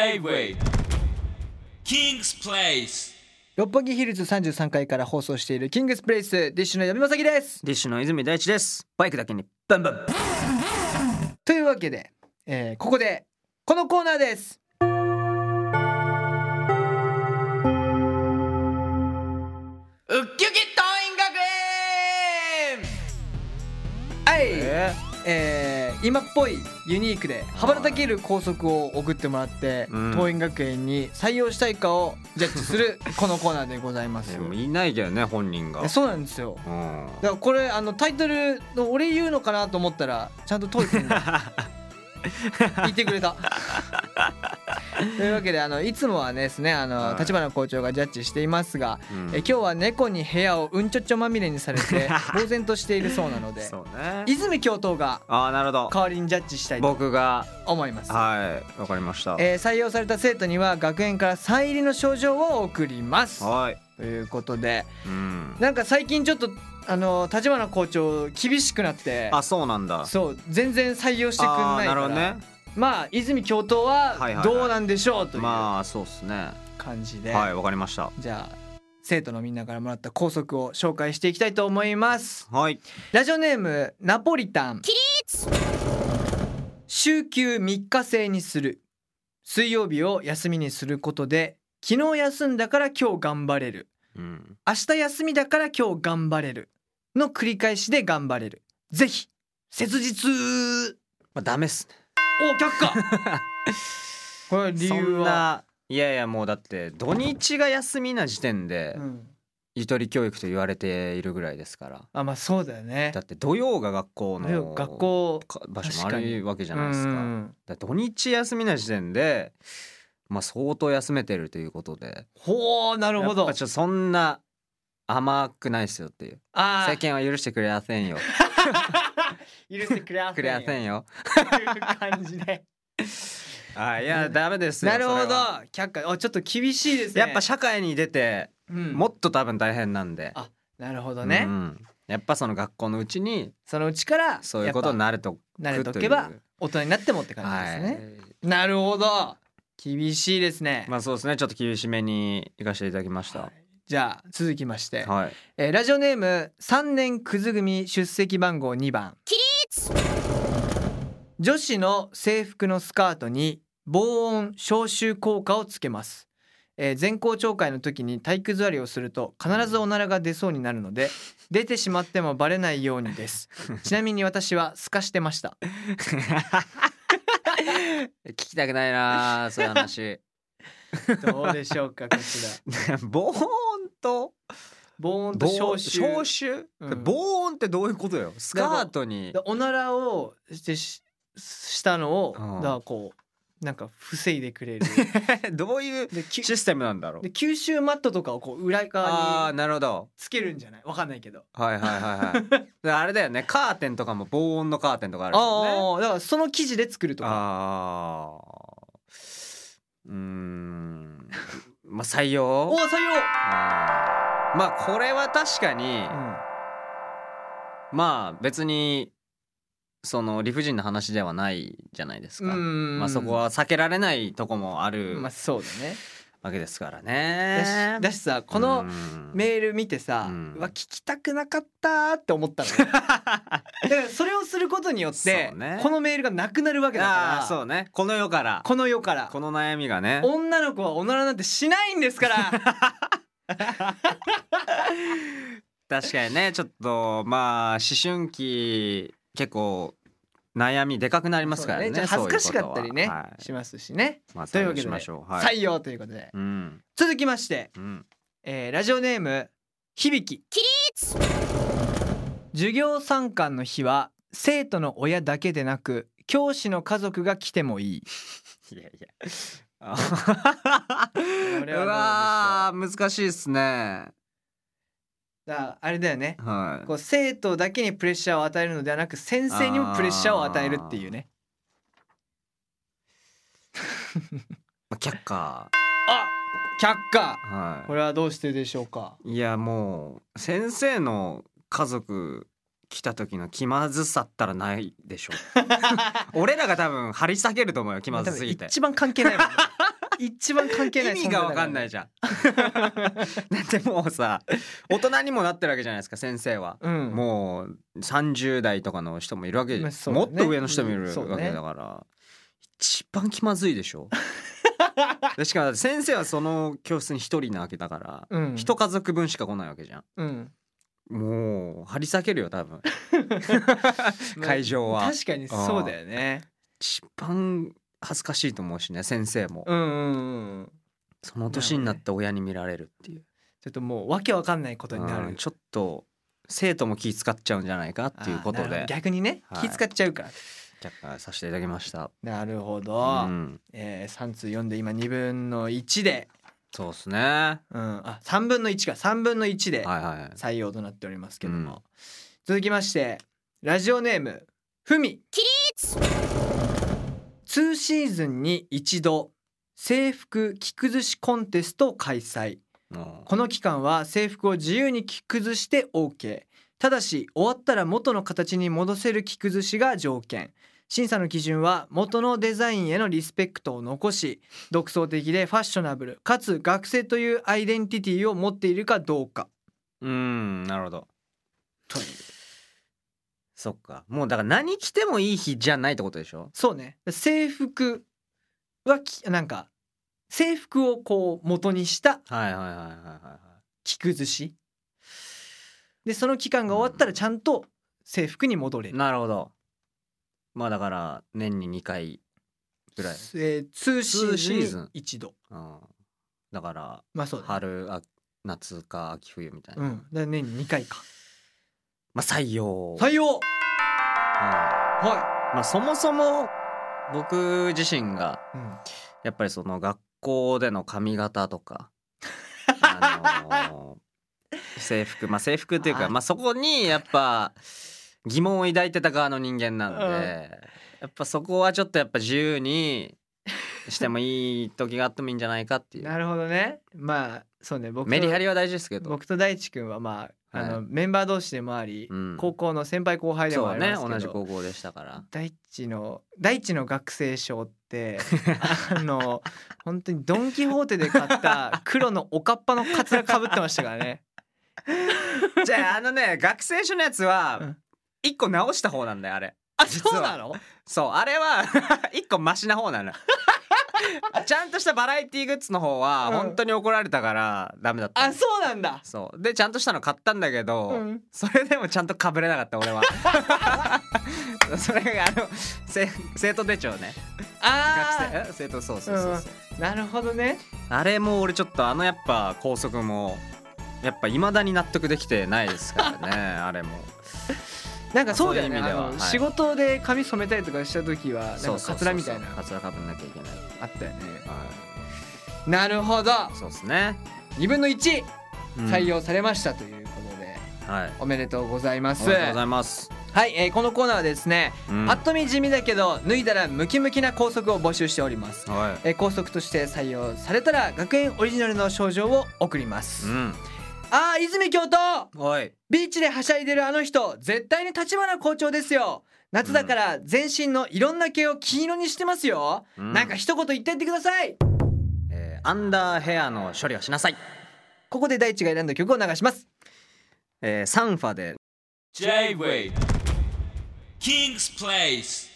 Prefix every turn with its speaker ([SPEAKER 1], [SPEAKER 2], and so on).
[SPEAKER 1] J-Way King's Place
[SPEAKER 2] 六本木ヒルズ33階から放送しているキングスプレイスディッシュの矢部正樹です
[SPEAKER 3] ディッシュの泉大地ですバイクだけにバンバン
[SPEAKER 2] というわけで、えーここでこのコーナーです
[SPEAKER 1] ウッキュキ桐蔭学園
[SPEAKER 2] はい、え
[SPEAKER 3] え
[SPEAKER 2] ー今っぽいユニークで羽ばたける校則を送ってもらって
[SPEAKER 3] うん
[SPEAKER 2] 桐蔭学園に採用したいかをジャッジ するこのコーナーでございます
[SPEAKER 3] でもいないけどね本人が
[SPEAKER 2] えそうなんですよ
[SPEAKER 3] うん
[SPEAKER 2] だからこれあのタイトルの俺言うのかなと思ったらちゃんとトイ 君が言ってくれた。というわけであのいつもはですねあ
[SPEAKER 3] は
[SPEAKER 2] の
[SPEAKER 3] い
[SPEAKER 2] 立花校長がジャッジしていますが、
[SPEAKER 3] うん
[SPEAKER 2] え今日は猫に部屋をうんちょっちょまみれにさ れて呆然としているそうなので
[SPEAKER 3] そうね
[SPEAKER 2] 泉教頭が
[SPEAKER 3] ああなるほど
[SPEAKER 2] 代わりにジャッジしたいと
[SPEAKER 3] 僕が
[SPEAKER 2] 思います。
[SPEAKER 3] はいわかりました
[SPEAKER 2] えー採用された生徒には学園からサイン入りの賞状を送ります。
[SPEAKER 3] はい
[SPEAKER 2] ということで
[SPEAKER 3] うん
[SPEAKER 2] なんか最近ちょっとあの立花校長厳しくなって
[SPEAKER 3] あそうなんだ
[SPEAKER 2] そう全然採用してくん
[SPEAKER 3] あ
[SPEAKER 2] な
[SPEAKER 3] ー
[SPEAKER 2] い
[SPEAKER 3] な
[SPEAKER 2] か
[SPEAKER 3] る
[SPEAKER 2] ら
[SPEAKER 3] ほどね
[SPEAKER 2] まあ泉教頭
[SPEAKER 3] はいはい
[SPEAKER 2] は
[SPEAKER 3] はい
[SPEAKER 2] どうなんでしょうという
[SPEAKER 3] まあそうっすね
[SPEAKER 2] 感じで、
[SPEAKER 3] はいわかりました
[SPEAKER 2] じゃあ生徒のみんなからもらった校則を紹介していきたいと思います
[SPEAKER 3] はい
[SPEAKER 2] ラジオネームナポリタン週休3日制にする水曜日を休みにすることで昨日休んだから今日頑張れる
[SPEAKER 3] うん
[SPEAKER 2] 明日休みだから今日頑張れるの繰り返しで頑張れるぜひ切実
[SPEAKER 3] まあダメっすね
[SPEAKER 2] お却下 これは理
[SPEAKER 3] そ
[SPEAKER 2] 由
[SPEAKER 3] ん
[SPEAKER 2] は
[SPEAKER 3] ないやいやもうだって土日が休みな時点で
[SPEAKER 2] うん
[SPEAKER 3] ゆとり教育と言われているぐらいですから
[SPEAKER 2] あまあそうだよね
[SPEAKER 3] だって土曜が学校
[SPEAKER 2] でも
[SPEAKER 3] の
[SPEAKER 2] 学校
[SPEAKER 3] か場所も
[SPEAKER 2] 確
[SPEAKER 3] あ
[SPEAKER 2] かに
[SPEAKER 3] るわけじゃないですか
[SPEAKER 2] うんうん
[SPEAKER 3] だから土日休みな時点で、まあ、相当休めてるということで
[SPEAKER 2] ほうなるほど
[SPEAKER 3] やっぱちょっとそんな甘くないですよっていう
[SPEAKER 2] あ
[SPEAKER 3] 世間は許してくれやせん よ
[SPEAKER 2] ー許してくれ あ
[SPEAKER 3] くれやせ
[SPEAKER 2] ん
[SPEAKER 3] んよ
[SPEAKER 2] という感じで
[SPEAKER 3] あいやダメですよ
[SPEAKER 2] なるほ
[SPEAKER 3] そ
[SPEAKER 2] ど
[SPEAKER 3] れは
[SPEAKER 2] 却下あちょっと厳しいですね
[SPEAKER 3] やっぱ社会に出て
[SPEAKER 2] うん
[SPEAKER 3] もっと多分大変なんで、
[SPEAKER 2] あなるほどね、
[SPEAKER 3] うんやっぱその学校のうちに
[SPEAKER 2] そのうちから
[SPEAKER 3] そういうことに
[SPEAKER 2] やっ
[SPEAKER 3] なると
[SPEAKER 2] ぱ慣れと
[SPEAKER 3] とい
[SPEAKER 2] け
[SPEAKER 3] う
[SPEAKER 2] ば大人になってもって感じですね、なるほど厳しいですね、
[SPEAKER 3] まあそうですねちょっと厳しめに行かせていただきました
[SPEAKER 2] じゃあ続きまして、
[SPEAKER 3] はい
[SPEAKER 2] えーラジオネーム三年くず組出席番号2番女子の制服のスカートに防音消臭効果をつけます、えー全校聴会の時に体育座りをすると必ずおならが出そうになるので出てしまってもバレないようにです ちなみに私はすかしてました
[SPEAKER 3] 聞きたくないなそういう 話
[SPEAKER 2] どうでしょうかこちら
[SPEAKER 3] 防音と
[SPEAKER 2] 防音と
[SPEAKER 3] 防
[SPEAKER 2] 消臭
[SPEAKER 3] 消臭
[SPEAKER 2] うん
[SPEAKER 3] 防音ってどういうことよスカートに
[SPEAKER 2] でおならをしてししたのを、
[SPEAKER 3] うん
[SPEAKER 2] だからこうなんか防いでく れる
[SPEAKER 3] どういう
[SPEAKER 2] できゅ
[SPEAKER 3] システムなんだろう
[SPEAKER 2] で吸収マットとかをこう裏
[SPEAKER 3] あ
[SPEAKER 2] 側
[SPEAKER 3] ー
[SPEAKER 2] に
[SPEAKER 3] なるほど
[SPEAKER 2] つけるんじゃないわかんないけど
[SPEAKER 3] はいはいはい はいであれだよねカーテンとかも防音のカーテンとかあるもんね
[SPEAKER 2] ああだからその生地で作るとか
[SPEAKER 3] あーうーんまあ採
[SPEAKER 2] おお
[SPEAKER 3] 用
[SPEAKER 2] 採用、
[SPEAKER 3] あーまあこれは確かに、まあ別にその理不尽な話ではないじゃないですか、
[SPEAKER 2] うん
[SPEAKER 3] まあ、そこは避けられないとこもある
[SPEAKER 2] まあそうだね
[SPEAKER 3] わけですから
[SPEAKER 2] だ
[SPEAKER 3] ね
[SPEAKER 2] し。だしさこ
[SPEAKER 3] う
[SPEAKER 2] の
[SPEAKER 3] ん
[SPEAKER 2] メール見てさ、
[SPEAKER 3] う
[SPEAKER 2] うんわ聞きたくなかったーって思っ たのよだからそれをすることによって、
[SPEAKER 3] そうね
[SPEAKER 2] このメールがなくなるわけだ
[SPEAKER 3] ああ
[SPEAKER 2] か
[SPEAKER 3] そ
[SPEAKER 2] ら
[SPEAKER 3] うねこの世から
[SPEAKER 2] この世から
[SPEAKER 3] この悩みがね
[SPEAKER 2] 女の子はおならなんてしないんですから
[SPEAKER 3] 確かにねちょっとまあ思春期結構悩みでかくなりますからね
[SPEAKER 2] そうじゃあ恥ずかしかったりね、
[SPEAKER 3] そういうことははい
[SPEAKER 2] しますしね、
[SPEAKER 3] まあ、
[SPEAKER 2] と
[SPEAKER 3] と
[SPEAKER 2] い
[SPEAKER 3] いうう
[SPEAKER 2] わ
[SPEAKER 3] わ
[SPEAKER 2] け
[SPEAKER 3] け
[SPEAKER 2] で
[SPEAKER 3] でしましょうはい、
[SPEAKER 2] 採用ということで
[SPEAKER 3] うん
[SPEAKER 2] 続きまして、
[SPEAKER 3] うん、
[SPEAKER 2] えーラジオネーム響き授業参観の日は生徒の親だけでなく教師の家族が来てもいい
[SPEAKER 3] いやいやあ
[SPEAKER 2] これは
[SPEAKER 3] う
[SPEAKER 2] どうでしょう
[SPEAKER 3] わー難しいっすね
[SPEAKER 2] だからあれだよね
[SPEAKER 3] はい
[SPEAKER 2] こう生徒だけにプレッシャーを与えるのではなく先生にもプレッシャーを与えるっていうね
[SPEAKER 3] まあ却下
[SPEAKER 2] あ却下
[SPEAKER 3] は
[SPEAKER 2] これはどうしてでしょうか
[SPEAKER 3] いいやもう先生の家族来た時の気まずさったらないで しょ俺らが多分張り裂けると思うよ気まずすぎて
[SPEAKER 2] 一番関係ない もん一番関係
[SPEAKER 3] 意
[SPEAKER 2] ない
[SPEAKER 3] 味が分かんないい じゃんだってもうさ大人にもなってるわけじゃないですか先生は、
[SPEAKER 2] うん
[SPEAKER 3] もう30代とかの人もいるわけで、
[SPEAKER 2] まあそうだ
[SPEAKER 3] も
[SPEAKER 2] ね
[SPEAKER 3] っと上の人もいる
[SPEAKER 2] うんそうね
[SPEAKER 3] わけだから、一番気まずいでしょでしかもだって先生はその教室に一人なわけだから、
[SPEAKER 2] うん
[SPEAKER 3] 一家族分しか来ないわけじゃん
[SPEAKER 2] うん
[SPEAKER 3] もう張り裂けるよ多 分会場は
[SPEAKER 2] 確かにそうだよね
[SPEAKER 3] 一番恥ずかしいと思うしね先生も、
[SPEAKER 2] うんうんうん
[SPEAKER 3] その年になって親に見られるっていう、
[SPEAKER 2] ちょっともうわけわかんないことにな
[SPEAKER 3] う
[SPEAKER 2] る
[SPEAKER 3] んちょっと生徒も気使っちゃうんじゃないかっていうこと
[SPEAKER 2] あーなるほ
[SPEAKER 3] で
[SPEAKER 2] ど逆にね
[SPEAKER 3] はい
[SPEAKER 2] 気使っちゃうから
[SPEAKER 3] 却下させていただきました
[SPEAKER 2] なるほど、
[SPEAKER 3] うん、
[SPEAKER 2] えー、3通読んで今2分の1で、
[SPEAKER 3] そうですねは
[SPEAKER 2] うん、あ3分の1か3分の1
[SPEAKER 3] い
[SPEAKER 2] で
[SPEAKER 3] は
[SPEAKER 2] 採用となっておりますけども、
[SPEAKER 3] うん
[SPEAKER 2] 続きましてラジオネームふみ起立2シーズンに一度制服着崩しコンテストを開催
[SPEAKER 3] いも
[SPEAKER 2] この期間は制服を自由に着崩して OK ただし終わったら元の形に戻せる着崩しが条件審査の基準は元のデザインへのリスペクトを残し独創的でファッショナブルかつ学生というアイデンティティを持っているかどうか
[SPEAKER 3] ううんなるほど
[SPEAKER 2] という
[SPEAKER 3] そっかもうだから何着てもいい日じゃないってことでしょ
[SPEAKER 2] そうね制服はきなんか制服をこう元にした
[SPEAKER 3] はいはいはいはいは
[SPEAKER 2] 着崩しでその期間が終わったらちゃんと制服に戻れ
[SPEAKER 3] い
[SPEAKER 2] る、
[SPEAKER 3] なるほどまあだから年に2回ぐらい、
[SPEAKER 2] えー、2シ
[SPEAKER 3] ツーシー
[SPEAKER 2] ー
[SPEAKER 3] ズ
[SPEAKER 2] ズン
[SPEAKER 3] ン
[SPEAKER 2] 一度
[SPEAKER 3] うん、だから
[SPEAKER 2] まあそうだね、
[SPEAKER 3] 春あ夏か秋冬みたいな、
[SPEAKER 2] うん、だから年に2回か
[SPEAKER 3] まあ採用、
[SPEAKER 2] 採用
[SPEAKER 3] は
[SPEAKER 2] はい
[SPEAKER 3] まあそもそも僕自身が
[SPEAKER 2] い、うん、
[SPEAKER 3] やっぱりその学校での髪型とかあの ー制服まあ制服という
[SPEAKER 2] あ
[SPEAKER 3] かまあそこにやっぱ疑問を抱いてた側の人間なんで、
[SPEAKER 2] うん
[SPEAKER 3] やっぱそこはちょっとやっぱ自由にしてもいい時があってもいいんじゃないかっていう
[SPEAKER 2] なるほどねまあそうね僕と
[SPEAKER 3] メリハリは大事ですけど、
[SPEAKER 2] 僕と大地君はまあ,、あ
[SPEAKER 3] は
[SPEAKER 2] のメンバー同士でもあり、
[SPEAKER 3] うん、
[SPEAKER 2] 高校の先輩後輩でも
[SPEAKER 3] そ
[SPEAKER 2] あ
[SPEAKER 3] う
[SPEAKER 2] り
[SPEAKER 3] ね
[SPEAKER 2] ますけど
[SPEAKER 3] 同じ高校でしたから
[SPEAKER 2] 大地の大地の学生証ってあの本当にドン・キホーテで買った黒のおかっぱのカツラかぶってましたからね
[SPEAKER 3] じゃああのね学生証のやつ
[SPEAKER 2] う
[SPEAKER 3] は
[SPEAKER 2] ん
[SPEAKER 3] 一個直した方なんだよあれ
[SPEAKER 2] あ
[SPEAKER 3] 実は
[SPEAKER 2] そうなの
[SPEAKER 3] そうあれは 一個マシな方 なのちゃんとしたバラエティグッズの方は
[SPEAKER 2] うん
[SPEAKER 3] 本当に怒られたからダメだったの、
[SPEAKER 2] あそうなんだ
[SPEAKER 3] そうでちゃんとしたの買ったんだけど、
[SPEAKER 2] うん
[SPEAKER 3] それでもちゃんとかぶれなかった俺 はそれがあのせ生徒手帳ね学
[SPEAKER 2] あ
[SPEAKER 3] 生え生徒そうそうそうそう、
[SPEAKER 2] あなるほどね
[SPEAKER 3] あれも俺ちょっとあのやっぱ校則もやっぱ未だに納得できてないです からねあれも
[SPEAKER 2] なんかそうだよね
[SPEAKER 3] そういう意味では
[SPEAKER 2] あの
[SPEAKER 3] はい
[SPEAKER 2] 仕事で髪染めたりとかした時はなんかカツラみたいな
[SPEAKER 3] カツラかぶんなきゃいけない、
[SPEAKER 2] あったよね
[SPEAKER 3] は
[SPEAKER 2] なるほど
[SPEAKER 3] い、そうですね、
[SPEAKER 2] 2分の1
[SPEAKER 3] うん
[SPEAKER 2] 採用されましたということで、
[SPEAKER 3] はい
[SPEAKER 2] おめでとうございます
[SPEAKER 3] おめでとうございます。
[SPEAKER 2] はい、えーこのコーナーはですね、
[SPEAKER 3] うん
[SPEAKER 2] ぱっと見地味だけど脱いだらムキムキな校則を募集しております、
[SPEAKER 3] は
[SPEAKER 2] えー、校則として採用されたら学園オリジナルの賞状を送りま
[SPEAKER 3] い。
[SPEAKER 2] す、
[SPEAKER 3] うん。
[SPEAKER 2] あー泉教頭
[SPEAKER 3] おい。
[SPEAKER 2] ビーチではしゃいでるあの人絶対に立花校長ですよ夏だから全身のいろんな毛を黄色にしてますよ、
[SPEAKER 3] うん
[SPEAKER 2] なんか一言言ってってください
[SPEAKER 3] えーアンダーヘアの処理をしなさい。
[SPEAKER 2] ここで大地が選んだ曲を流します
[SPEAKER 3] えーサンファで
[SPEAKER 1] J-Way King's Place